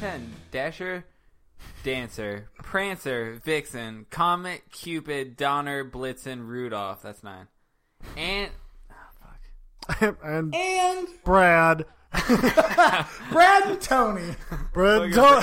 ten. Dasher, Dancer, Prancer, Vixen, Comet, Cupid, Donner, Blitzen, Rudolph. That's nine. And oh, fuck. and And Brad. Brad and Tony. Brad and Tony.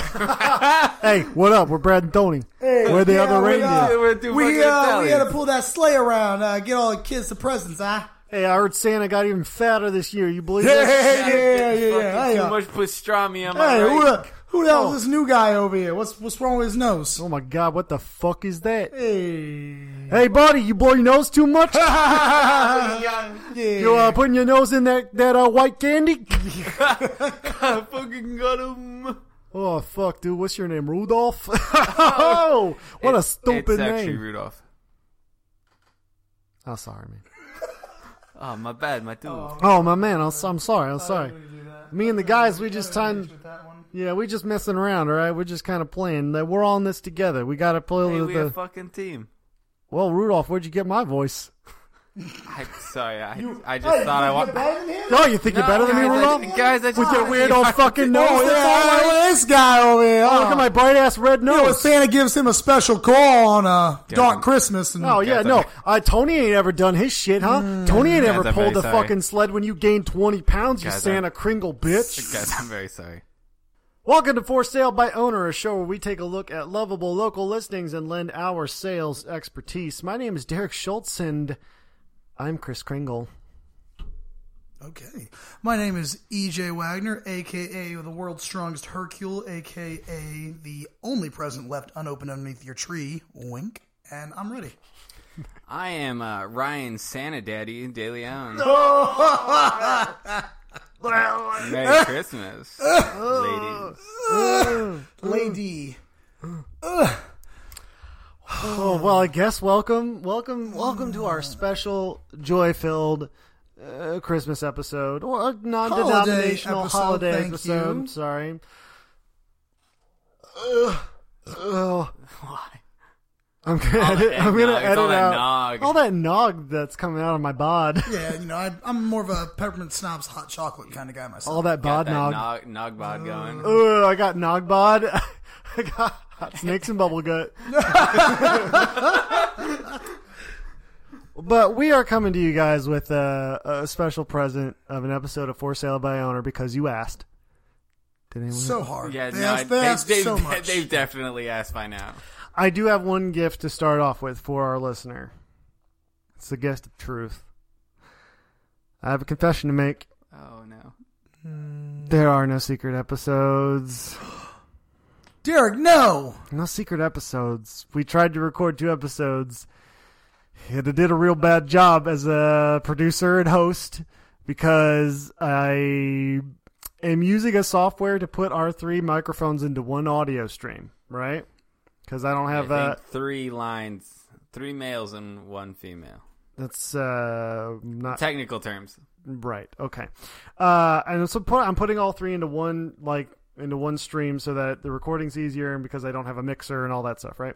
hey, what up? We're Brad and Tony. We're the yeah, other we are. reindeer. We're too We fucking uh, we Italian. gotta pull that sleigh around. Uh, get all the kids the presents, huh? Hey, I heard Santa got even fatter this year. You believe Yeah, that? yeah, yeah, Fucking yeah, yeah. yeah. Hey, too uh, much pastrami on my hey, who right. the who the hell is this new guy over here? What's what's wrong with his nose? Oh my god, what the fuck is that? Hey, Hey, buddy, you blow your nose too much? you yeah. uh, putting your nose in that, that uh, white candy? I fucking got him. Oh, fuck, dude. What's your name? Rudolph? oh, what a It's- stupid It's actually name. Rudolph. Oh, sorry, man. Oh, my bad, my dude. Oh, my man. I'm, s- I'm sorry. I'm sorry. Me and the guys, we just timed. Yeah, we just messing around, all right? We're just kind of playing. That We're all in this together. We got to play hey, the. we the- a fucking team. well, Rudolph, where'd you get my voice? I'm sorry. I, I just thought I wanted. Oh, you think you're better than me, guys, Rudolph? I, guys, I just With your wanted weird to- old fucking nose. Oh, That's all yeah, I- look at this guy over here. Oh, Oh, Look Oh. at my bright ass red You know, if nose. Santa gives him a special call on uh, Dark Christmas, and Oh yeah, That's no. okay. Uh, Tony ain't ever done his shit, huh? Tony ain't Mm, Guys, ever I'm very pulled the sorry. fucking sled when you gained twenty pounds, you Guys, Santa I'm- Kringle bitch. Guys, I'm very sorry. Welcome to For Sale by Owner, a show where we take a look at lovable local listings and lend our sales expertise. My name is Derek Schultz, and I'm Chris Kringle. Okay. My name is EJ Wagner, aka the world's strongest Hercule, aka the only present left unopened underneath your tree. Wink. And I'm ready. I am uh, Ryan Santa Daddy De Leon. Merry Christmas, Oh. ladies. Lady. Oh well, I guess welcome, welcome, welcome to our special joy-filled uh, Christmas episode or a non-denominational episode, holiday thank episode. you. Sorry. Why? I'm gonna edit, I'm gonna eggnog, edit it's all that out nog. all that nog that's coming out of my bod, Yeah, you know, I, I'm more of a peppermint snobs hot chocolate kind of guy myself. all that Got bod that nog, nog. nog Oh. bod going. Ugh, I got nog bod. I got hot snakes and bubble gut. but we are coming to you guys with a, a special present of an episode of For Sale by Owner because you asked. Did anyone? so hard. Oh, Yeah, they no, I- ask, they they- ask they've, so much. they've definitely asked by now. I do have one gift to start off with for our listener. It's the gift of truth. I have a confession to make. Oh no. There are no secret episodes. Derek, no. No secret episodes. We tried to record two episodes. It did a real bad job as a producer and host because I am using a software to put our three microphones into one audio stream, right? Because I don't I have uh, think that. three lines, three males and one female. That's uh, not Technical terms. Right. Okay. Uh, and so put, I'm putting all three into one like into one stream so that the recording's easier, and because I don't have a mixer and all that stuff, right?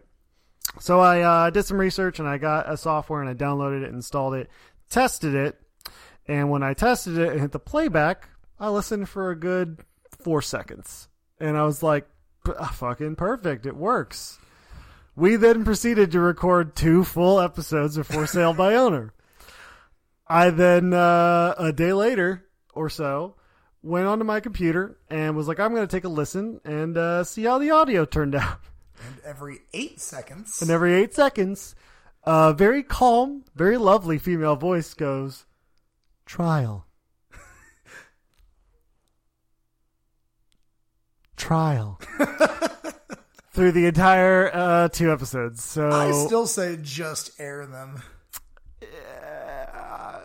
So I uh, did some research and I got a software and I downloaded it, installed it, tested it, and when I tested it and hit the playback, I listened for a good four seconds, and I was like, "P- ah, "Fucking perfect! It works." We then proceeded to record two full episodes of For Sale by Owner. I then uh, a day later or so went onto my computer and was like, I'm going to take a listen and uh, see how the audio turned out. Every eight seconds. And every eight seconds, a very calm, very lovely female voice goes, "Trial, trial." Through the entire uh, two episodes, so I still say just air them. uh,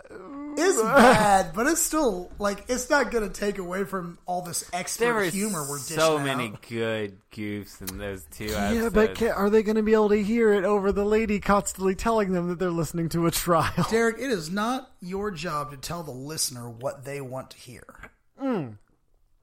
It's bad, but it's still like it's not going to take away from all this expert There were humor we're dishing so out. many good goofs in those two Yeah, episodes. but ca are they going to be able to hear it over the lady constantly telling them that they're listening to a trial? Derek, it is not your job to tell the listener what they want to hear.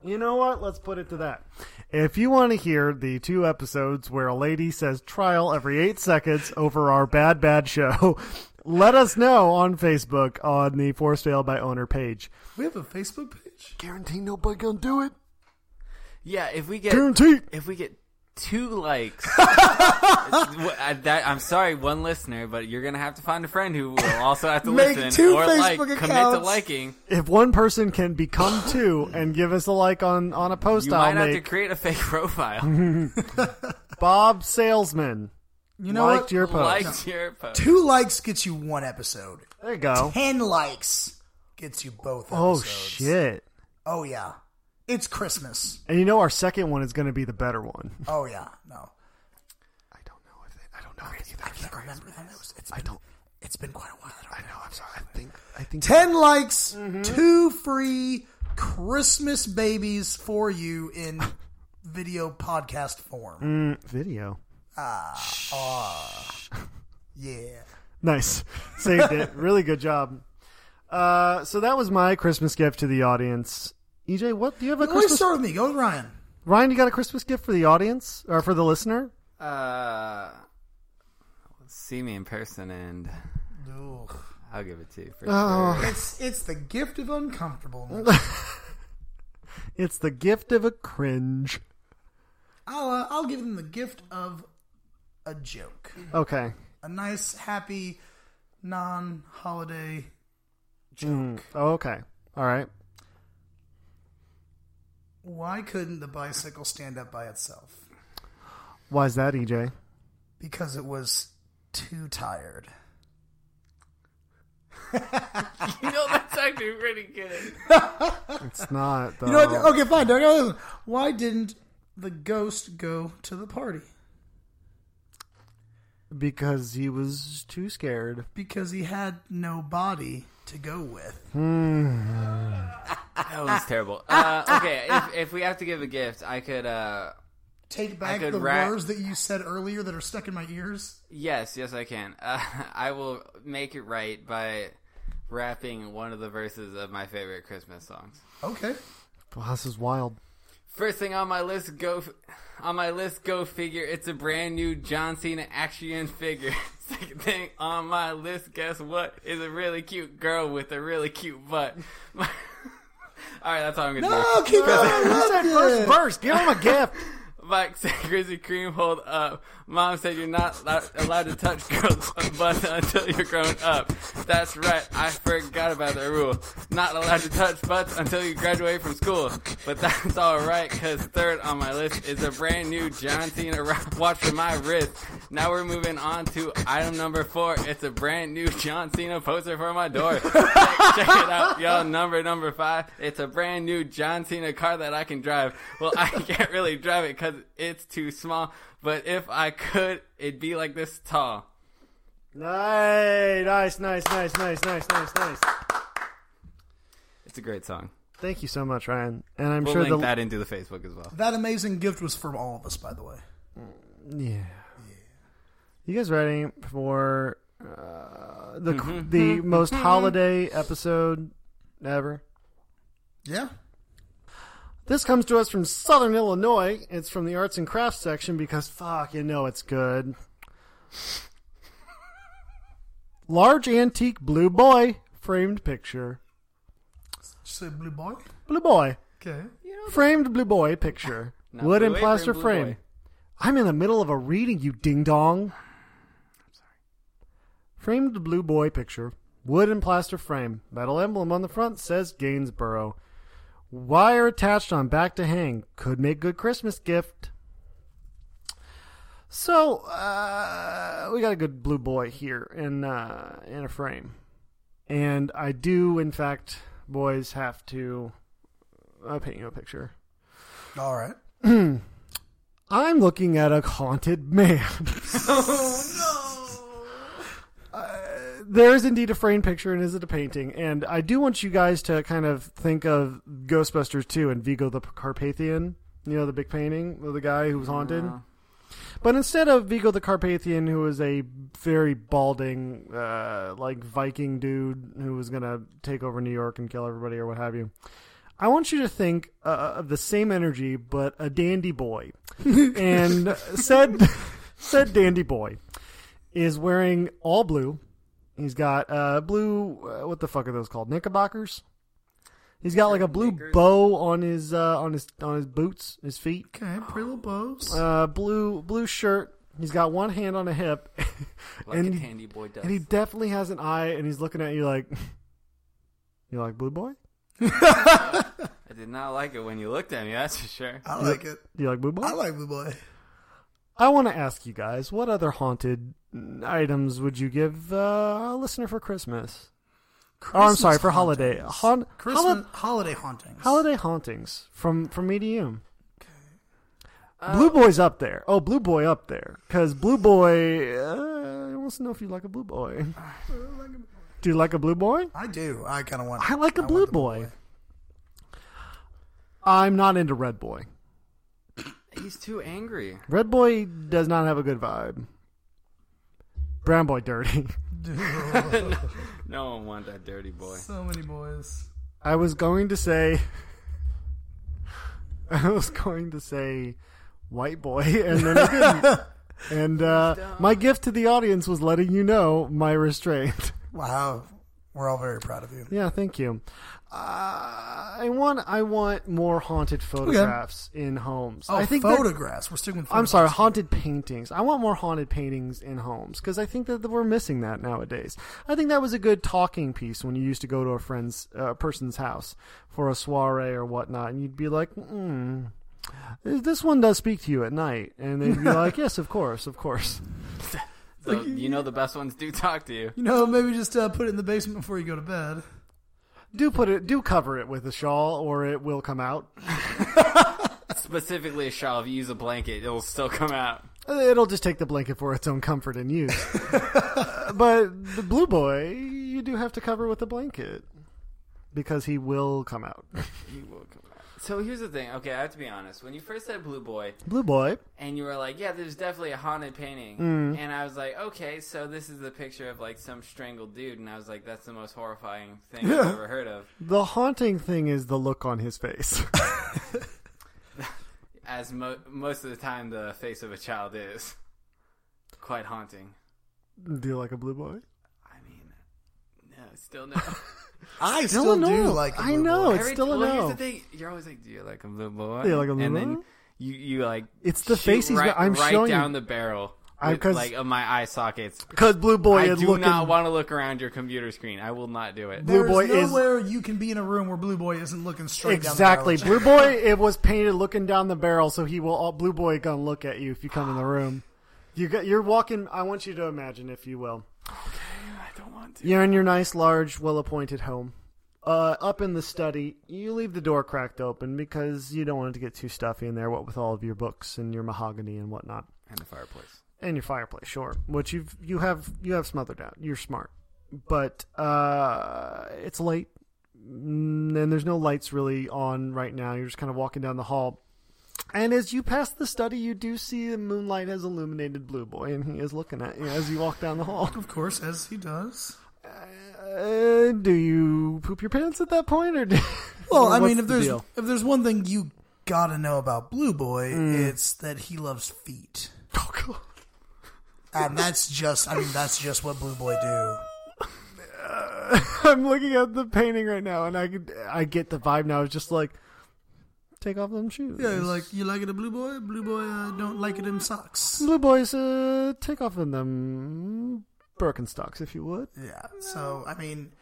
You know what? Let's put it to that. If you want to hear the two episodes where a lady says trial every eight seconds over our bad, bad show, let us know on Facebook on the Force Fail by Owner page. We have a Facebook page. Guarantee nobody gonna do it. Yeah, if we get Guaranteed. if we get two likes, I, that, I'm sorry, one listener, but you're gonna have to find a friend who will also have to Make listen two or like Facebook commit to accounts. liking. If one person can become two and give us a like on on a post, You I'll might have to make create a fake profile. Bob Salesman You know liked what? your post. Liked your post. Two likes gets you one episode. there you go. Ten likes gets you both. Oh Episodes. shit! Oh yeah, it's Christmas. And you know our second one is going to be the better one. Oh yeah, no. I don't know if it, I don't know if either. I can't remember. I know it's, it's I don't. it's been quite a while. I don't I know. I'm sorry. I think. I think. 10 likes, two free Christmas babies for you in video podcast form. video. Yeah. Nice. Saved it. Really good job. Uh, so that was my Christmas gift to the audience. EJ, what do you have a Always Christmas? start with me. Go with Ryan. Ryan, you got a Christmas gift for the audience or for the listener? Uh, see me in person and I'll give it to you. For sure. It's it's the gift of uncomfortable. It's the gift of a cringe. I'll uh, I'll give them the gift of a joke, Okay. a nice, happy, non-holiday. Mm. Oh, okay. All right. Why couldn't the bicycle stand up by itself? Why is that, E EJ? Because it was too tired. You know that's actually pretty good. It's not. Though. You know what? Okay, fine. Don't go. Why didn't the ghost go to the party? Because he was too scared. Because he had no body to go with. That Ah. was terrible. Uh, okay, if, if we have to give a gift, I could. uh Take back could the ra- words that you said earlier that are stuck in my ears. Yes, yes, I can. Uh, I will make it right by rapping one of the verses of my favorite Christmas songs. Okay. Wow, this is wild. First thing on my list, go f- on my list, go figure. It's a brand new John Cena action figure. Second thing on my list, guess what? Is a really cute girl with a really cute butt. All right, that's all I'm gonna do. keep going. First burst. Give him a gift. Mike said Grizzly Cream hold up. Mom said you're not lo- allowed to touch girls' butts until you're grown up. That's right, I forgot about that rule. Not allowed to touch butts until you graduate from school. But that's alright, cause third on my list is a brand new John Cena rock watch for my wrist. Now we're moving on to item number four. It's a brand new John Cena poster for my door. check, check it out, y'all. Number number five. It's a brand new John Cena car that I can drive. Well, I can't really drive it because it's too small. But if I could, it'd be like this tall. Nice, nice, nice, nice, nice, nice, nice, nice. It's a great song. Thank you so much, Ryan. And I'm We'll sure link the that into the Facebook as well. That amazing gift was from all of us, by the way. yeah. You guys ready for uh, the Mm-hmm. the most holiday episode ever? Yeah. This comes to us from Southern Illinois. It's from the arts and crafts section because fuck, you know it's good. Large antique blue boy framed picture. Say blue boy. Blue boy. Okay. framed blue boy picture. Not Wood blue and apron, plaster blue frame. boy. I'm in the middle of a reading, you ding dong. Framed blue boy picture. Wood and plaster frame. Metal emblem on the front says Gainsborough. Wire attached on back to hang. Could make good Christmas gift. So uh, we got a good blue boy here in uh, in a frame, and I do in fact, boys have to uh, paint you a picture. All right. I'm looking at a haunted man. Uh, there is indeed a framed picture and is it a painting? And I do want you guys to kind of think of Ghostbusters 2 and Vigo the Carpathian, you know, the big painting of the guy who was haunted. But instead of Vigo the Carpathian, who is a very balding, uh, like Viking dude who was going to take over New York and kill everybody or what have you, I want you to think uh, of the same energy, but a dandy boy. and said, said dandy boy is wearing all blue. He's got uh, blue, uh, what the fuck are those called? Knickerbockers? He's got like a blue bow on his uh, on his on his boots, his feet. Okay, pretty little bows. Uh, blue blue shirt. He's got one hand on a hip, Like and a he- handy boy does. and he definitely has an eye, and he's looking at you like, you like blue boy? I did not like it when you looked at me, that's for sure. I like it. Do you like blue boy? I like Blue Boy. I want to ask you guys, what other haunted items would you give uh, a listener for Christmas? oh, I'm Christmas sorry, for hauntings. holiday. Haunt, Christmas holi- holiday hauntings. holiday hauntings from from medium. Uh, Blue boy's up there. Oh, blue boy up there because blue boy uh, wants to know if you like a blue boy. Do you like a blue boy? I do. I kind of want. I like a I blue want the boy. I'm not into red boy. He's too angry. Red boy does not have a good vibe. Brown boy dirty. No one wants that dirty boy. So many boys. I was going to say. I was going to say, white boy, and then I didn't. and uh, my gift to the audience was letting you know my restraint. Wow, we're all very proud of you. yeah, thank you. Uh, I want I want more haunted photographs in homes. Oh, I think that- photographs. We're sticking with. I'm photographs. sorry, haunted paintings. I want more haunted paintings in homes because I think that we're missing that nowadays. I think that was a good talking piece when you used to go to a friend's uh, person's house for a soiree or whatnot, and you'd be like, mm, "This one does speak to you at night," and they'd be like, "Yes, of course, of course." So you know the best ones do talk to you. You know, maybe just uh, put it in the basement before you go to bed. Do put it, do cover it with a shawl, or it will come out. Specifically a shawl, if you use a blanket, it'll still come out. It'll just take the blanket for its own comfort and use. but the blue boy, you do have to cover with a blanket because he will come out. He will come out. So here's the thing. Okay, I have to be honest. When you first said Blue Boy, Blue boy. and you were like, "Yeah, there's definitely a haunted painting," Mm. and I was like, "Okay, so this is the picture of like some strangled dude," and I was like, "That's the most horrifying thing I've ever heard of." The haunting thing is the look on his face. As mo- most of the time, the face of a child is quite haunting. do you like a blue boy? I mean, no, still no. I still do do like like. the I Blue know, Boy. it's- Every- still a well, here's no. the thing: you're always like, "Do you like a blue boy?" Do you like a blue and then boy? you you like It's the shoot face he's right, got- I'm right showing you. down the barrel. I- with, 'cause- like of my eye sockets. Because blue boy I is do looking. not want to look around your computer screen. I will not do it. Blue Boy is- There's nowhere you can be in a room where Blue Boy isn't looking straight exactly, down the blue barrel boy. It was painted looking down the barrel, so he will. All, blue boy gonna look at you if you come in the room. You got, you're walking. I want you to imagine, if you will, I don't want to. you're in your nice, large, well-appointed home. Uh, up in the study, you leave the door cracked open because you don't want it to get too stuffy in there. What with all of your books and your mahogany and whatnot. And the fireplace. and your fireplace, sure, which you've you have you have smothered out. You're smart, but uh, it's late, Mm, and there's no lights really on right now. You're just kind of walking down the hall, and as you pass the study, you do see the moonlight has illuminated Blue Boy, and he is looking at you as you walk down the hall. Of course, as he does. Uh, do you poop your pants at that point, or do, Well, I what's mean, if the there's deal? if there's one thing you gotta know about Blue Boy, it's that he loves feet, Oh, and that's just I mean that's just what Blue Boy do. I'm looking at the painting right now, and I could, I get the vibe now. It's just like take off them shoes. Yeah, like you like it a Blue Boy. Blue Boy uh, don't like it in socks. Blue boys, uh, take off in them Birkenstocks, if you would. Yeah. So I mean,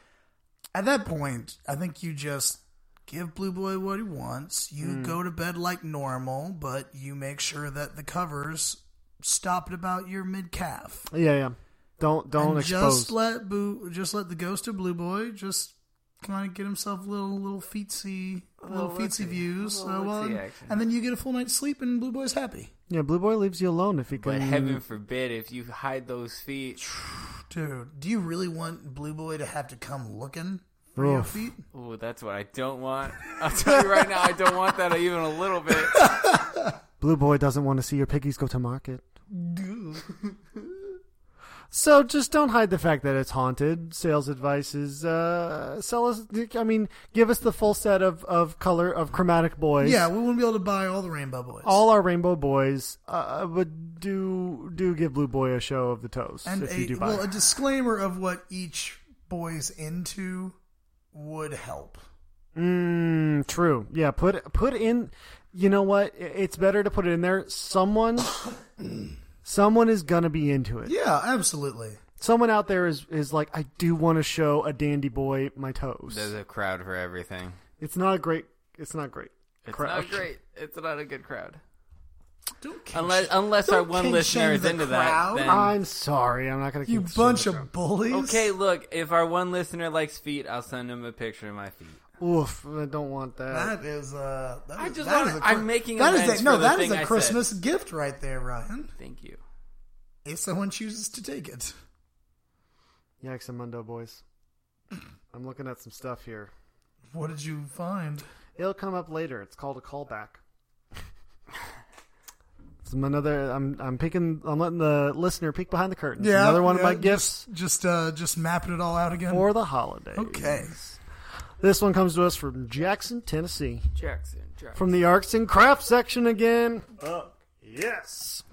at that point, I think you just give Blue Boy what he wants. You go to bed like normal, but you make sure that the covers stop at about your mid calf. Yeah, yeah. Don't don't And expose. just let Boo, just let the ghost of Blue Boy just kind of get himself little little feetsy, little feetsy views. little so, look-see um, action. and then you get a full night's sleep, and Blue Boy's happy, yeah, blue boy leaves you alone if he can. But heaven forbid if you hide those feet. dude. Do you really want Blue Boy to have to come looking for your Oof. feet? Ooh, that's what I don't want. I'll tell you right now, I don't want that even a little bit. Blue boy doesn't want to see your piggies go to market. so just don't hide the fact that it's haunted. Sales advice is uh, sell us. I mean, give us the full set of of color of chromatic boys. Yeah, we wouldn't be able to buy all the Rainbow Boys. All our rainbow boys, uh, but do do give Blue Boy a show of the toes and if a, you do buy. well, it. a disclaimer of what each boy's into would help. Mm, true. Yeah. Put put in. You know what? I- It's better to put it in there. Someone, someone is gonna be into it. Yeah, absolutely. Someone out there is is like, I do want to show a dandy boy my toes. There's a crowd for everything. It's not a great. It's not great. It's crowd. not great. It's not a good crowd. Don't kink Unless um, shame- unless our don't one kink listener shame is the into crowd. that. Then I'm sorry. I'm not gonna. you keep bunch showing of bullies. okay, look. If our one listener likes feet, I'll send him a picture of my feet. it. Oof. I don't want that. That is uh. That I is- just that wanna- is a I'm Chri- making that is amends a, no. for the That is thing I a said. Christmas gift right there, Ryan. Thank you. If someone chooses to take it, Yikes, and Mundo boys. I'm looking at some stuff here. what did you find? It'll come up later. It's called a callback. It's another. I'm I'm peeking. I'm letting the listener peek behind the curtain. It's another one of yeah, my gifts Just, just uh, just mapping it all out again. for the holidays. okay. This one comes to us from Jackson, Tennessee, Jackson. Jackson. from the Arts and Crafts section again. yes.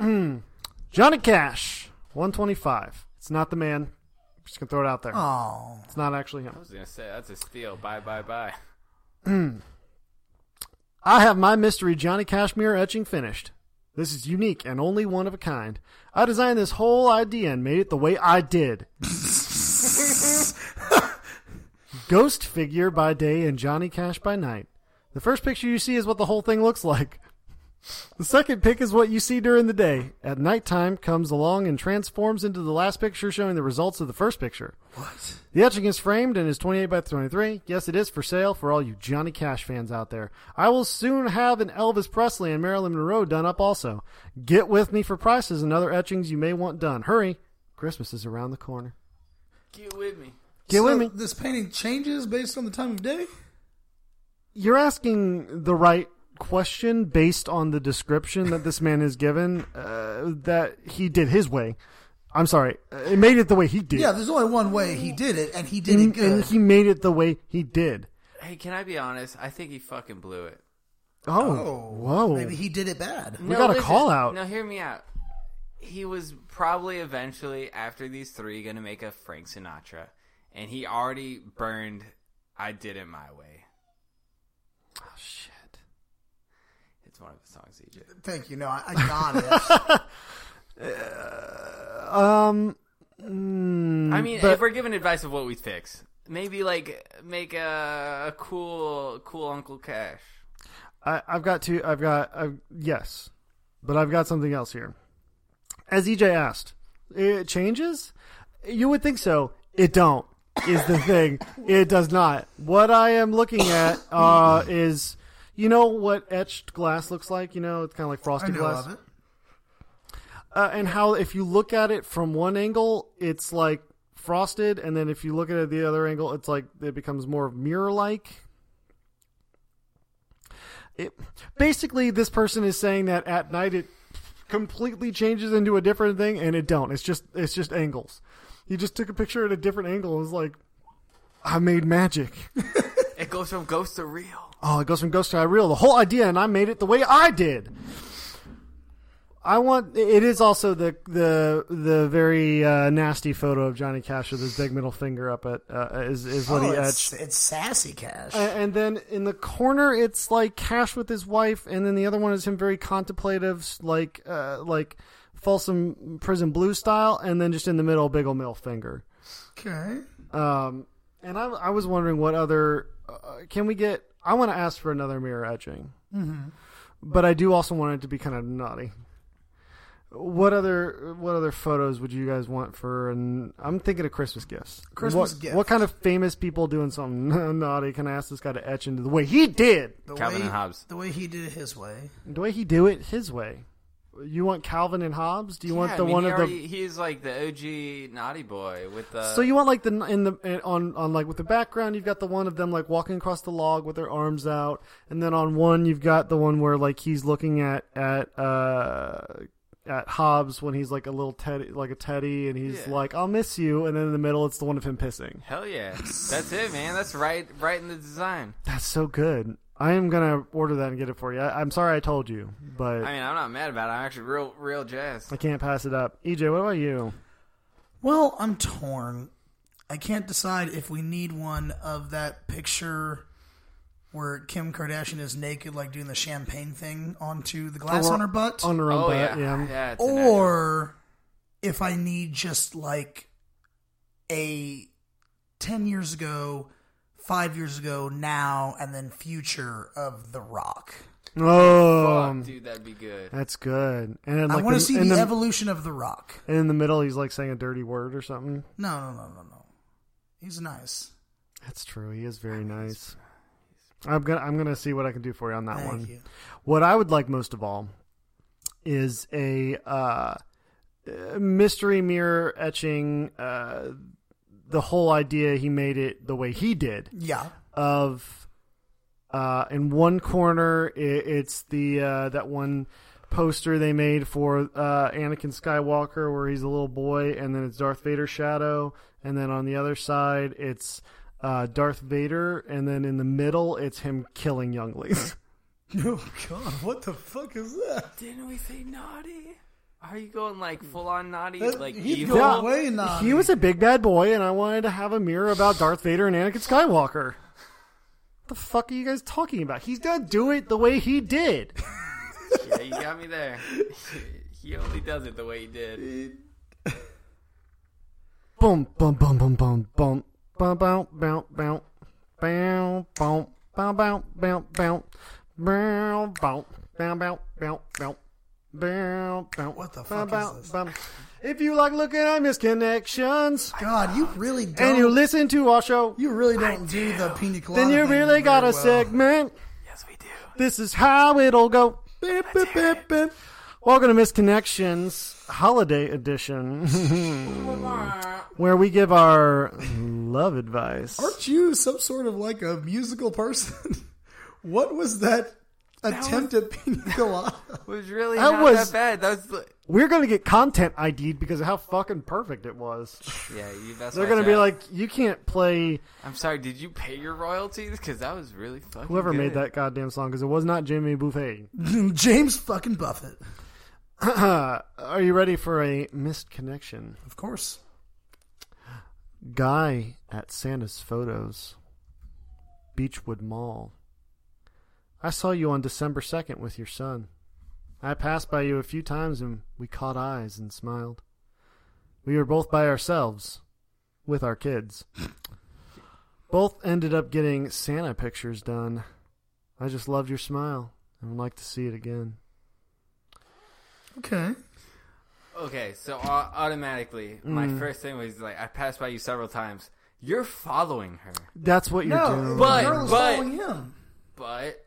Johnny Cash, 125. It's not the man. Just gonna throw it out there. Oh, It's not actually him. I was gonna say that's a steal. Bye bye bye. I have my mystery Johnny Cashmere etching finished. This is unique and only one of a kind. I designed this whole idea and made it the way I did. Ghost figure by day and Johnny Cash by night. The first picture you see is what the whole thing looks like. The second pic is what you see during the day. At nighttime comes along and transforms into the last picture showing the results of the first picture. what? The etching is framed and is 28 by 23. Yes, it is for sale for all you Johnny Cash fans out there. I will soon have an Elvis Presley and Marilyn Monroe done up also. Get with me for prices and other etchings you may want done. Hurry, Christmas is around the corner. Get with me. Get So with me. This painting changes based on the time of day. You're asking the right question based on the description that this man is given uh, that he did his way. I'm sorry. uh, It made it the way he did. Yeah, there's only one way he did it, and he did it and, good. and he made it the way he did. Hey, can I be honest? I think he fucking blew it. Oh, oh, whoa. Maybe he did it bad. We got a call out. Now hear me out. He was probably eventually after these three gonna make a Frank Sinatra, and he already burned. I did it my way. Oh, shit. It's one of the songs he did. Thank you. No, I, I got it. Um, I mean, Mm, but- if we're giving advice of what we fix, maybe like make a, a cool, cool Uncle Cash. I, I've got two. I've got. I've, yes, but I've got something else here. As EJ asked, it changes. You would think so. It don't. Is the thing. It does not. What I am looking at uh, is, you know, what etched glass looks like. You know, it's kind of like I frosted know glass. of it. uh, and how if you look at it from one angle, it's like frosted, and then if you look at it at the other angle, it's like it becomes more mirror-like. It, basically, this person is saying that at night it completely changes into a different thing, and it don't. It's just it's just angles. He just took a picture at a different angle. and was like, I made magic. It goes from ghost to real. Oh, it goes from ghost to real. The whole idea, and I made it the way I did. I want. It is also the the the very uh, nasty photo of Johnny Cash with his big middle finger up at uh, is is what Oh, he it's, etched. it's sassy cash. A- And then in the corner, it's like Cash with his wife, and then the other one is him very contemplative, like uh, like Folsom Prison Blue style, and then just in the middle, big ol' middle finger. okay. Um, and I, I was wondering what other uh, can we get? I want to ask for another mirror etching, but I do also want it to be kind of naughty. What other what other photos would you guys want for? And I'm thinking of Christmas gifts. Christmas what, gift. What kind of famous people doing something naughty can I ask this guy to etch into the way he did? The Calvin way, and Hobbes. The way he did it his way. The way he do it his way. You want Calvin and Hobbes? Do you want the one he of the already- He's like the OG naughty boy with the. So you want like the in the in- on on like with the background you've got the one of them like walking across the log with their arms out, and then on one you've got the one where like he's looking at at uh at Hobbs when he's like a little teddy like a teddy, and he's Yeah. like I'll miss you, and then in the middle it's the one of him pissing. Hell yeah, that's it, man. That's right, right in the design. That's so good. I am gonna order that and get it for you. I, I'm sorry I told you, but I I, mean, I'm not mad about it. I'm actually real, real jazzed. E can't pass it up. EJ, what about you? Well, I'm torn. I can't decide if we need one of that picture where Kim Kardashian is naked, like doing the champagne thing onto the glass Or- on her butt, Oh, on her own Oh butt. yeah, Yeah. yeah. it's a natural. or if I need just like a 10 years ago, five years ago, now, and then future of The Rock. Oh, Fuck, dude, that'd be good. that's good. And then, like, I want the- to see in the, the- evolution of The Rock. and in the middle, he's like saying a dirty word or something. No, no, no, no, no. He's nice. That's true. He is very nice. I'm gonna I'm gonna see what I can do for you on that Thank one. you. What I would like most of all is a uh, uh, mystery mirror etching. Uh, the whole idea he made it the way he did Yeah. of uh, in one corner i it's the uh, that one poster they made for uh, Anakin Skywalker where he's a little boy and then it's Darth Vader's shadow and then on the other side it's uh, Darth Vader and then in the middle it's him killing younglings. Oh God! What the fuck is that? Didn't we say naughty? Are you going like full on naughty, Uh, That- like he's evil? going- way naughty. he was a big bad boy and I wanted to have a mirror about Darth Vader and Anakin Skywalker. The fuck are you guys talking about? He's gonna do it the way he did. Yeah, you got me there. he only does it the way he did. Boom, boom, boom, boom, boom, boom, boom, boom, boom, boom, boom, boom, boom, boom, boom, boom, boom, boom, boom, boom, boom, boom, boom, boom. What the fuck boom, is boom, boom. this? If you like looking at misconnections God, you really don't. and you listen to our show, you really don't do, the pina colada. then you thing really very got a well. segment. Yes, we do. This is how it'll go. Beep, beep, beep, beep. Welcome to Misconnections Holiday Edition, where we give our love advice. Aren't you some sort of like a musical person? what was that attempt at pina colada? It was really That not was- that bad. That was. We're gonna get content ID'd because of how fucking perfect it was. Yeah, you. That's They're my gonna be job. like, you can't play I'm sorry. Did you pay your royalties? Because that was really fucking. whoever made good. that goddamn song because it was not Jimmy Buffet. James fucking Buffett, Are you ready for a missed connection? of course. Guy at Santa's Photos, Beechwood Mall. I saw you on December 2nd with your son. I passed by you a few times and we caught eyes and smiled. We were both by ourselves with our kids. both ended up getting Santa pictures done. I just loved your smile and would like to see it again. Okay. Okay, so uh, automatically, my Mm. first thing was like, I passed by you several times. You're following her, That's what you're doing. but- the girl was but- following him. but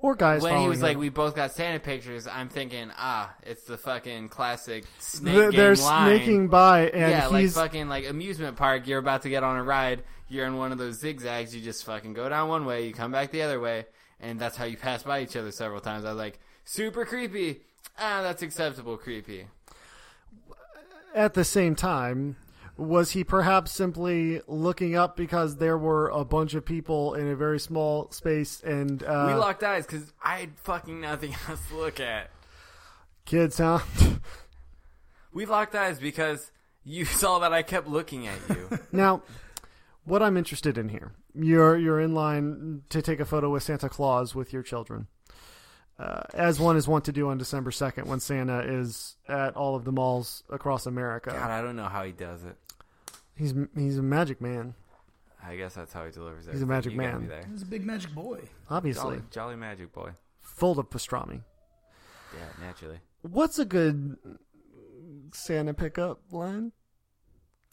or guys when he following was like, him. "We both got Santa pictures," I'm thinking, ah, it's the fucking classic snake They're- game they're line. sneaking by and yeah, like he's fucking like amusement park. You're about to get on a ride. You're in one of those zigzags. You just fucking go down one way, you come back the other way, and that's how you pass by each other several times. I was like, super creepy. Ah, that's acceptable creepy. at the same time, was he perhaps simply looking up because there were a bunch of people in a very small space and We uh, locked eyes because I had fucking nothing else to look at. kids, huh? We locked eyes because you saw that I kept looking at you. now, what I'm interested in here, you're you're in line to take a photo with Santa Claus with your children, uh, as one is wont to do on December second when Santa is at all of the malls across America. God, I don't know how he does it. He's he's a magic man, I guess that's how he delivers it. a magic you got man. me there. He's a big magic boy. obviously Jolly, jolly magic boy. full of pastrami. Yeah, naturally. What's a good Santa pickup line?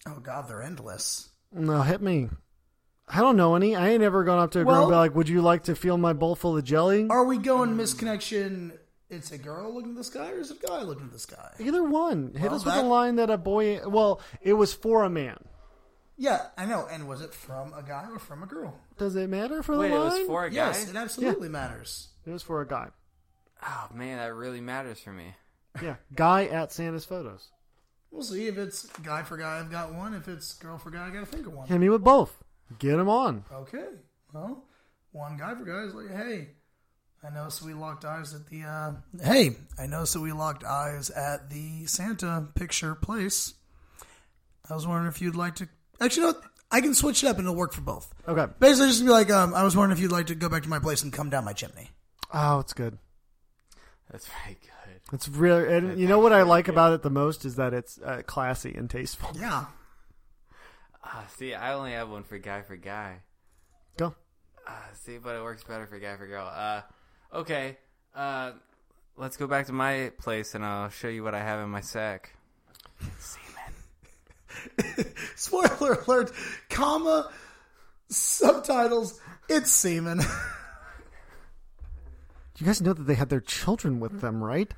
Oh God, they're endless. No, hit me. I don't know any. I ain't ever gone up to a girl and be Well- like, "Would you like to feel my bowl full of jelly?" Are we going misconnection? It's a girl looking at this guy, or is it a guy looking at this guy? Either one. Hit Well, us with that- a line that a boy. Well, it was for a man. Yeah, I know. And was it from a guy or from a girl? Does it matter for Wait, the it line? was for a guy. Yes, it absolutely matters. It was for a guy. Oh man, that really matters for me. Yeah, guy at Santa's photos. We'll see if it's guy for guy. I've got one. If it's girl for guy, I got to think of one. Hit me with both. Get him on. Okay. Well, one guy for guy is like, hey, I noticed we locked eyes at the. Uh, hey, I noticed that we locked eyes at the Santa picture place. I was wondering if you'd like to Actually, you know what? I can switch it up and it'll work for both. Okay. Basically, just be like, um, I was wondering if you'd like to go back to my place and come down my chimney. Oh, it's good. That's very good. It's really, and you know what I like about it the most is that it's uh, classy and tasteful. Yeah. Ah, see, I only have one for guy for guy. Go. Ah, see, but it works better for guy for girl. Uh, okay. Uh, let's go back to my place and I'll show you what I have in my sack. Semen. Spoiler alert, comma, subtitles, it's semen. You guys know that they had their children with them, right?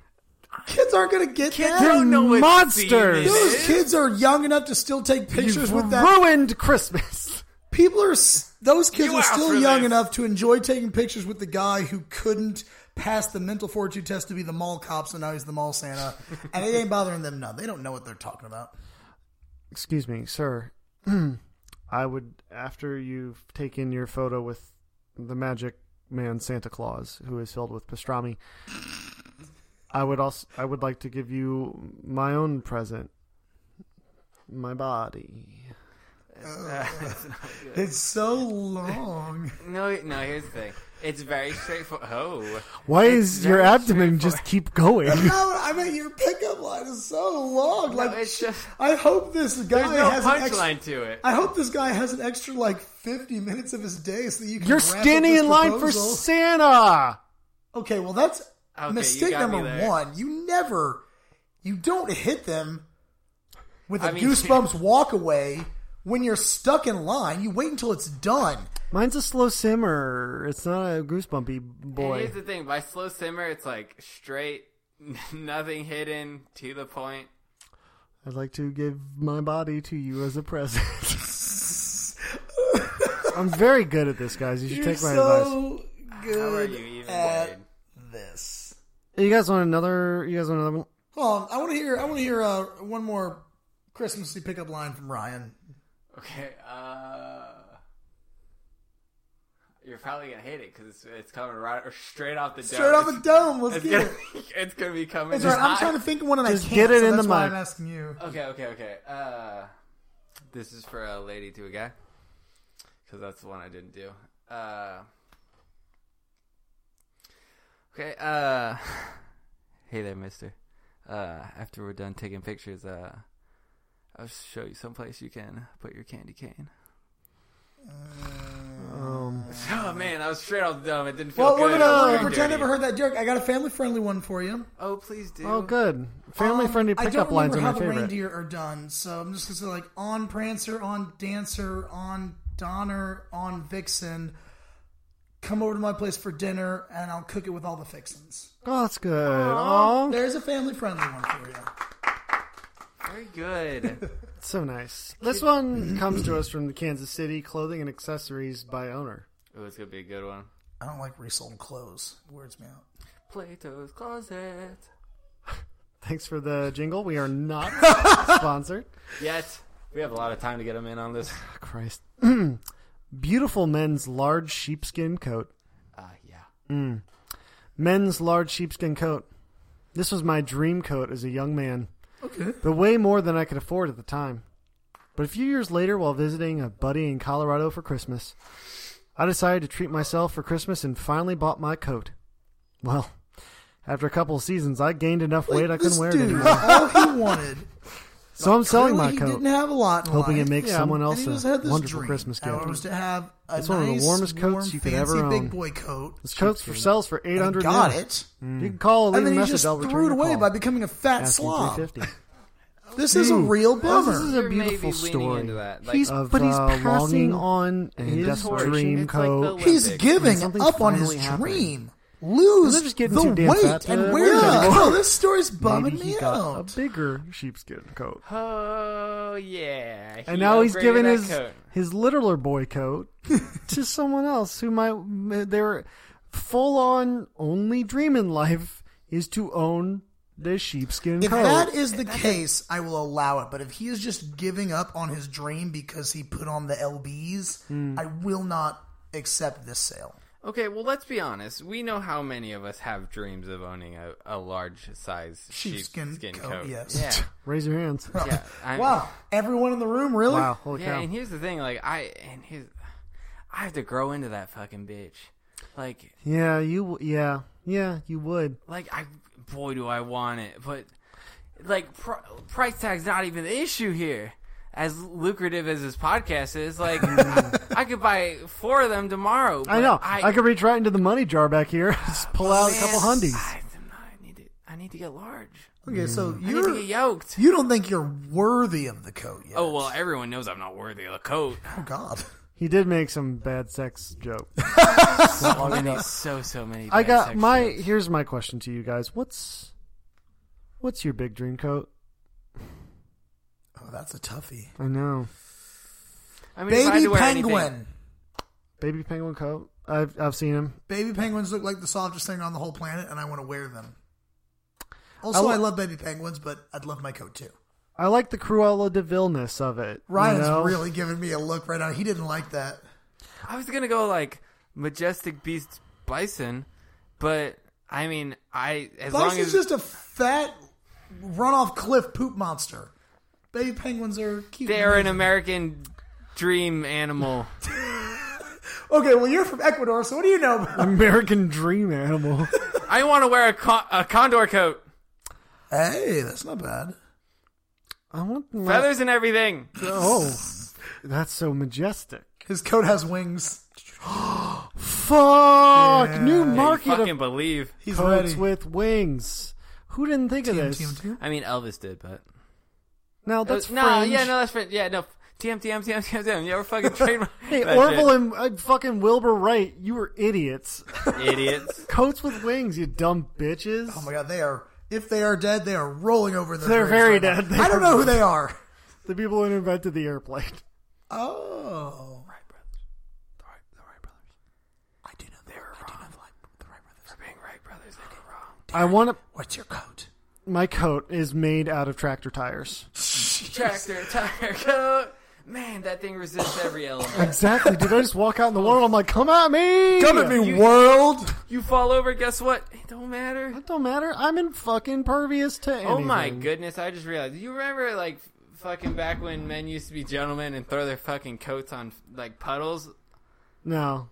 kids aren't going to get that. They're don't know what monsters. semen Those kids are young enough to still take pictures You've with that. ruined Christmas. People are, s- those kids You are out still for young this. enough to enjoy taking pictures with the guy who couldn't pass the mental fortitude test to be the mall cop, so now he's the mall Santa. and it ain't bothering them none. They don't know what they're talking about. Excuse me, sir. I would after you've taken your photo with the magic man Santa Claus, who is filled with pastrami. I would also I would like to give you my own present. My body. It's so long. No, no, here's the thing. It's very straightforward. Oh. Why It's is your very abdomen just keep going? No, I mean your pickup line is so long. Like, it's just- I hope this guy There's no has an extra. punchline to it. I hope this guy has an extra like fifty minutes of his day so that you can. You're wrap up standing this in line for proposal. Santa. okay, well that's Okay, you mistake got me number there. one. You never, you don't hit them with a I mean- goosebumps walk away when you're stuck in line. You wait until it's done. Mine's a slow simmer. It's not a goosebumpy And boy. here's the thing. By slow simmer, it's like straight, nothing hidden, to the point. I'd like to give my body to you as a present. I'm very good at this, guys. You should take my advice. good How are you even? at Wade? this. You guys want another? You guys want another one? Hold on, I want to hear. I want to hear uh, one more Christmassy pickup line from Ryan. Okay. Uh, you're probably gonna hate it because it's, it's coming right or straight off the dome. Straight off the dome. Let's It's get it. gonna, it's gonna be coming. It's all right, I'm hot. trying to think of one and Just I can't. get it so in that's the why mic. I'm asking you. Okay, okay, okay. Uh, this is for a lady to a guy because that's the one I didn't do. Uh, okay. Uh, hey there, Mister. Uh, after we're done taking pictures, uh, I'll show you someplace you can put your candy cane. Um, Oh man, I was straight off the dome. It didn't feel Well, good. we're It was gonna very pretend I dirty. never heard that joke. I got a family friendly one for you. Oh, please do. oh, good. Family Um, friendly I don't pickup remember lines are how my the favorite. reindeer are done, so I'm just gonna say like on Prancer, on Dancer, on Donner, on Vixen. Come over to my place for dinner, and I'll cook it with all the fixins. Oh, that's good. Oh, There's a family friendly one for you. Very good. so nice. This one comes to us from the Kansas City Clothing and Accessories by owner. oh, it's gonna be a good one. I don't like resold clothes. Words me out. Plato's closet. Thanks for the jingle. We are not sponsored. Yet we have a lot of time to get him in on this. Christ. Beautiful men's large sheepskin coat. Ah, yeah. Men's large sheepskin coat. This was my dream coat as a young man, Okay. but way more than I could afford at the time. But a few years later, while visiting a buddy in Colorado for Christmas, I decided to treat myself for Christmas and finally bought my coat. Well, after a couple of seasons, I gained enough weight I couldn't This wear it dude, anymore. all he wanted. So I'm selling Clearly my he coat. didn't have a lot. In hoping life. it makes Yeah, someone and And else he a just had this wonderful dream, Christmas and gift. it was to have a It's nice, one of the warmest coats warm, you could fancy ever own. Big boy coat. This coat's for sales for eight I hundred. got it, You can call or leave a and then he message. just I'll return threw it your away call. by becoming a fat asking slob. 350. This is a real This is bummer. a You're maybe beautiful leaning story. into that, like- he's, Of, but he's uh, passing longing on his desperation. dream It's like the coat. Olympics. He's giving Something up on his finally happened. dream. They're Lose just getting the too damn weight fat Uh, to and wear wear it out. anymore. Oh, this story's bumming Maybe he me got a out. bigger sheepskin coat, Oh yeah. He and now he's upgraded giving that his coat. his littler boy coat to someone else who might they were full on only dream in life is to own the sheepskin If coat. that is the case, I will allow it. But if he is just giving up on Hmm. his dream because he put on the LBs, I will not accept this sale. Okay, well, let's be honest. We know how many of us have dreams of owning a, a large size sheepskin, Sheepskin coat. coat, yes. Yeah. Raise your hands. yeah. I- Wow, everyone in the room, really? Wow, holy Yeah, cow. and here's the thing, like I and here's I have to grow into that fucking bitch. Like Yeah, you. w- Yeah, yeah, you would. like I boy do I want it, but like pr- price tag's not even the issue here. As lucrative as this podcast is, like I could buy four of them tomorrow. I but Oh, know. I, could reach right into the money jar back here. Just pull out a couple Man, hundies. I, am not- I need to. I need to get large. Okay, so I Hmm. need to you're get yoked. you don't think you're worthy of the coat yet? Oh well, everyone knows I'm not worthy of a coat. Oh, God. He did make some bad sex joke. so many, so so many. I bad got sex my. jokes. Here's my question to you guys. What's what's your big dream coat? Oh, that's a toughie. I know, I mean, if I had Baby to wear anything- penguin. baby penguin coat. I've I've seen him. Baby penguins look like the softest thing on the whole planet, and I want to wear them. Also, I, lo- love baby penguins, but I'd love my coat too. I like the Cruella de Vilness of it. you Ryan's know? really giving me a look right now. He didn't like that. I was gonna go like majestic beast bison, but I mean, I as long Bison's as just a fat, run off cliff poop monster. Baby penguins are cute. they're an American dream animal. Okay, well, you're from Ecuador, so what do you know about American dream animal. I want to wear a, con- a condor coat, Hey, that's not bad. I want my- feathers and everything. Oh, that's so majestic. His coat has wings. Fuck! New market Fucking of believe. He's coats ready. with wings. Who didn't think of Team, this? team, team. I mean, Elvis did, but Now that's no, fringe. Uh, yeah, no, that's fringe. Yeah, no. TM, TM, TM, TM, TM. Yeah, we're fucking trademark. Hey, that Orville and uh, fucking Wilbur Wright, you were idiots. shit. idiots. Coats with wings, you dumb bitches. Oh my god, they are. If they are dead, they are rolling over their. They're graves very right now. dead. They I don't are- know who they are. the people who invented the airplane. Oh, I do know they were wrong. the Wright brothers. For being Wright brothers, they were wrong. I want to. what's your coat? My coat is made out of tractor tires. Tractor tire coat. Man, that thing resists every element. Exactly, dude. I just walk out in the world. I'm like, come at me. world. You fall over, guess what? It don't matter. That don't matter. I'm in fucking pervious to anything. Oh my goodness, I just realized. You remember, like, fucking back when men used to be gentlemen and throw their fucking coats on, like, puddles? No.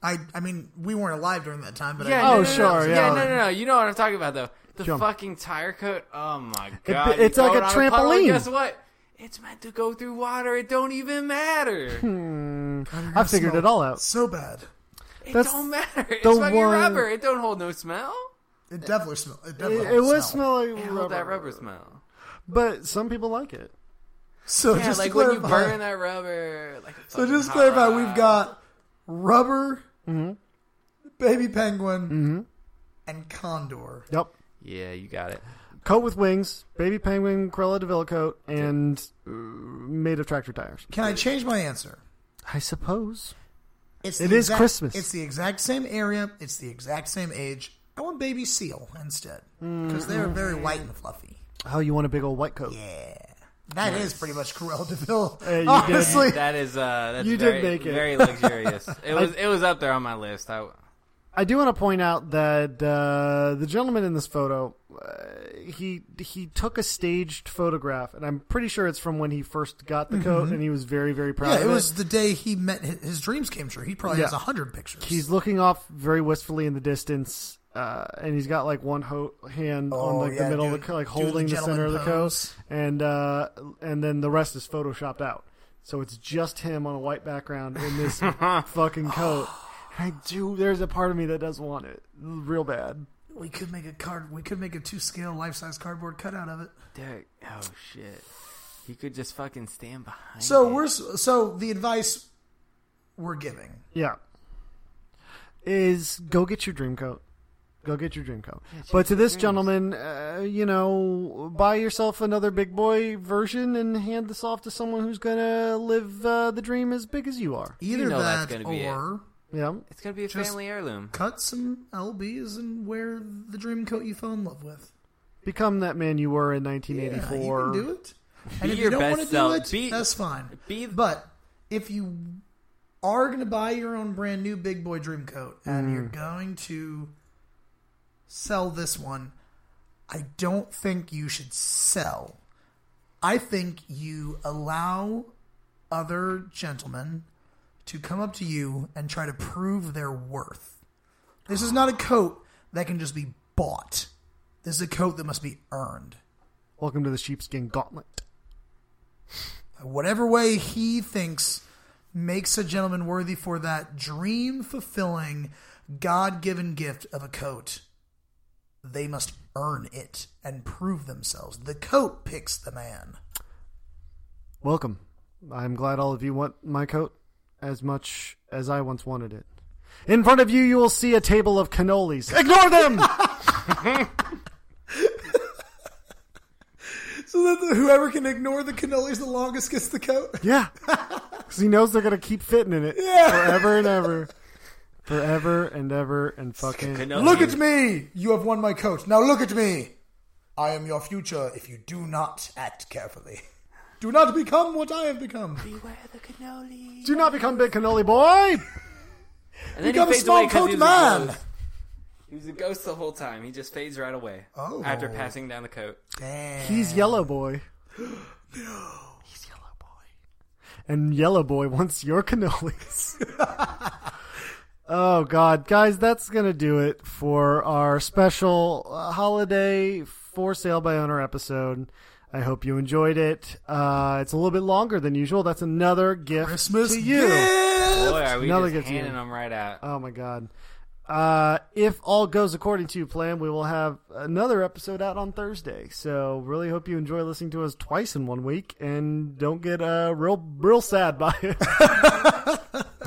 I. I mean, we weren't alive during that time, but I, Oh, no, no, no. sure, Yeah, yeah. no, no, no. You know what I'm talking about, though. The Jump. fucking tire coat. Oh my god. it's You like throw a it on puddle, and trampoline. guess what? It's meant to go through water. It don't even matter. I figured it all out. so bad. it That's don't matter. It's the fucking one- rubber. It don't hold no smell. It definitely smelled. It, It, definitely it was smelled. smelling It rubber, hold that rubber smell. but some people like it. So Yeah, just like to when clarify, you burn that rubber. Like a so fucking just to hot clarify, rod. we've got rubber, baby penguin, and condor. Yep. Yeah, you got it. Coat with wings, baby penguin, Cruella de Vil coat, and uh, made of tractor tires. Can I change my answer? I suppose. It's It the is exact- Christmas. It's the exact same area. It's the exact same age. I want baby seal instead because they are very white and fluffy. Oh, you want a big old white coat? Yeah, that is pretty much Cruella Oh, Deville. Hey, you did. honestly, That is uh, that's You did very, make it. very luxurious. It was it was up there on my list. I, I do want to point out that uh, the gentleman in this photo, uh, he he took a staged photograph, and I'm pretty sure it's from when he first got the coat, and he was very very proud. Mm-hmm. yeah, of it was the day he met his, his dreams came true. He probably Yeah. has a hundred pictures. He's looking off very wistfully in the distance, uh, and he's got like one ho- hand on Oh, like yeah, the middle of do- the coat, like do the holding the, center of the gentleman coat, pose. and uh, and then the rest is photoshopped out. So it's just him on a white background in this fucking coat. I do. There's a part of me that does want it real bad. we could make a card. We could make a two scale life size cardboard cutout of it. Derek, oh shit, you could just fucking stand behind. So it. we're s- so the advice we're giving. Yeah. Is go get your dream coat. Go get your dream coat. But to this gentleman, uh, you know, buy yourself another big boy version and hand this off to someone who's going to live uh, the dream as big as you are. Either know that's that gonna be it. or Yeah. it's gonna be a family heirloom. cut some lbs and wear the dream coat you fell in love with. Become that man you were in 1984. Yeah, you can do it. And if your you don't best want to do self. it, Be- that's fine. be- but if you are going to buy your own brand new big boy dream coat and Mm. you're going to sell this one, I don't think you should sell. I think you allow other gentlemen to come up to you and try to prove their worth. This is not a coat that can just be bought. This is a coat that must be earned. Welcome to the sheepskin gauntlet. Whatever way he thinks makes a gentleman worthy for that dream fulfilling, God given gift of a coat, they must earn it and prove themselves. The coat picks the man. Welcome. I'm glad all of you want my coat as much as I once wanted it. In front of you, you will see a table of cannolis. Ignore them! So that whoever can ignore the cannolis the longest gets the coat? yeah. Because he knows they're going to keep fitting in it Yeah. forever and ever. Forever and ever and fucking. Cannoli. Look at me! You have won my coat. Now look at me! I am your future if you do not act carefully. Do not become what I have become. Beware the cannoli. Do not become big cannoli boy! And then Become he a fades away small 'cause coat he was man. A ghost. He was a ghost the whole time. He just fades right away. Oh. After passing down the coat. Damn. He's Yellow Boy. He's Yellow Boy. And Yellow Boy wants your cannolis. oh, God. Guys, that's going to do it for our special uh, holiday for sale by owner episode. I hope you enjoyed it. Uh, it's a little bit longer than usual. That's another gift Christmas to you. gift. Boy, are we Another just gets you. handing them right out. Oh my god. Uh, if all goes according to plan, we will have another episode out on Thursday. So really hope you enjoy listening to us twice in one week and don't get uh real real sad by it.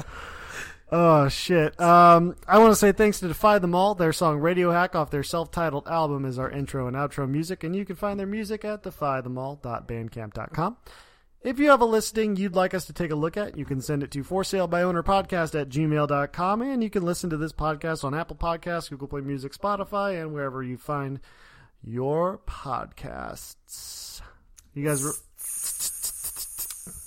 oh shit. Um, I want to say thanks to Defy Them All. Their song Radio Hack off their self-titled album is our intro and outro music, and you can find their music at defythemall.bandcamp.com. If you have a listing you'd like us to take a look at, you can send it to for sale by owner podcast at gmail.com and you can listen to this podcast on Apple Podcasts, Google Play Music, Spotify, and wherever you find your podcasts. You guys, re-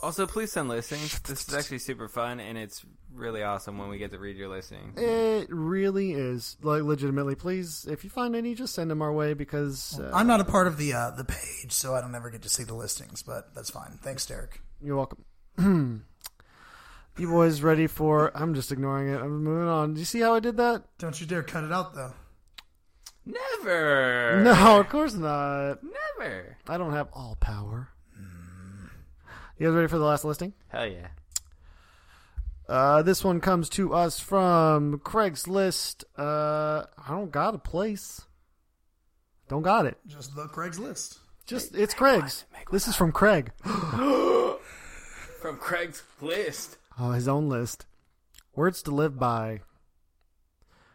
Also, please send listings. This is actually super fun, and it's really awesome when we get to read your listings. it really is like legitimately. Please, if you find any, just send them our way because uh, I'm not a part of the uh, the page, so I don't ever get to see the listings, but that's fine. Thanks, Derek. you're welcome. you boys ready for? I'm just ignoring it. I'm moving on. Do you see how I did that? Don't you dare cut it out, though. Never. No, of course not. Never. I don't have all power. Hmm. You guys ready for the last listing? Hell yeah. Uh, this one comes to us from Craigslist. Uh, I don't got a place. Don't got it. Just look Craigslist. Just it's Craig's. This is from Craig. From Craig's list. Oh, his own list. Words to live by.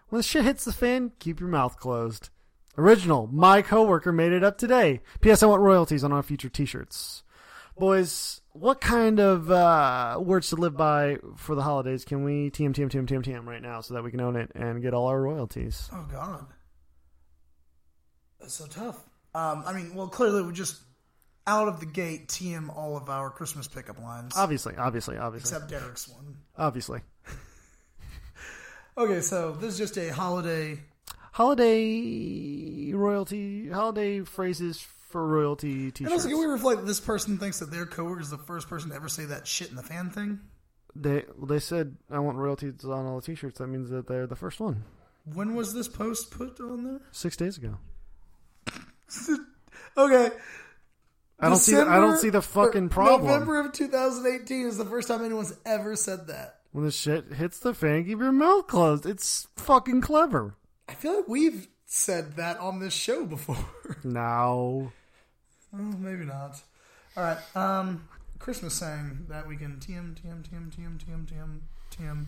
When shit hits the fan, keep your mouth closed. Original. My coworker made it up today. P.S. I want royalties on our future T-shirts. Boys, what kind of uh, words to live by for the holidays can we TM TM TM TM TM right now so that we can own it and get all our royalties? Oh God, that's so tough. Um, I mean, well, clearly we just out of the gate TM all of our Christmas pickup lines Obviously, obviously, obviously, except Derek's one. obviously. Okay, so this is just a holiday. Holiday royalty, holiday phrases for royalty And also, T-shirts. can we reflect that this person thinks that their coworker is the first person to ever say that shit in the fan thing? They well, they said I want royalties on all the T-shirts. That means that they're the first one When was this post put on there? six days ago. Okay, I don't see the, I December- don't see the fucking problem. November of 2018 is the first time anyone's ever said that. When the shit hits the fan, keep your mouth closed. It's fucking clever. I feel like we've said that on this show before. No, Well, maybe not. All right. Um, Christmas sang that we can TM TM TM TM TM TM TM.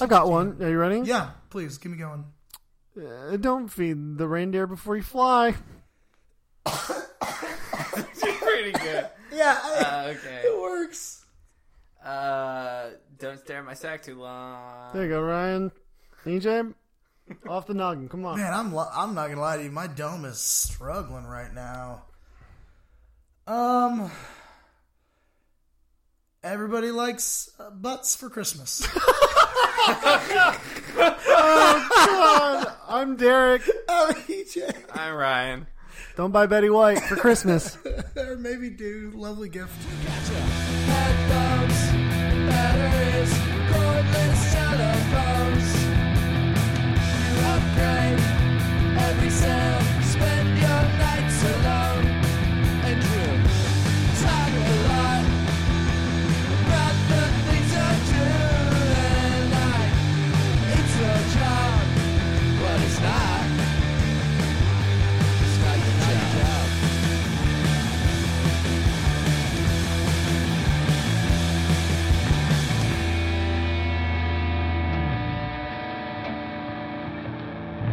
I've got one. Are you ready? Yeah, please give me going. Uh, don't feed the reindeer before you fly. Pretty good. Yeah, Uh, okay. works. Uh, don't stare at my sack too long. There you go, Ryan. EJ, off the noggin. Come on. Man, I'm li- I'm not gonna lie to you. My dome is struggling right now. Um, Everybody likes uh, butts for Christmas. I'm Derek. oh, EJ. I'm Ryan. Don't buy Betty White for Christmas. Or maybe do. Lovely gift. Headphones, batteries, cordless cello.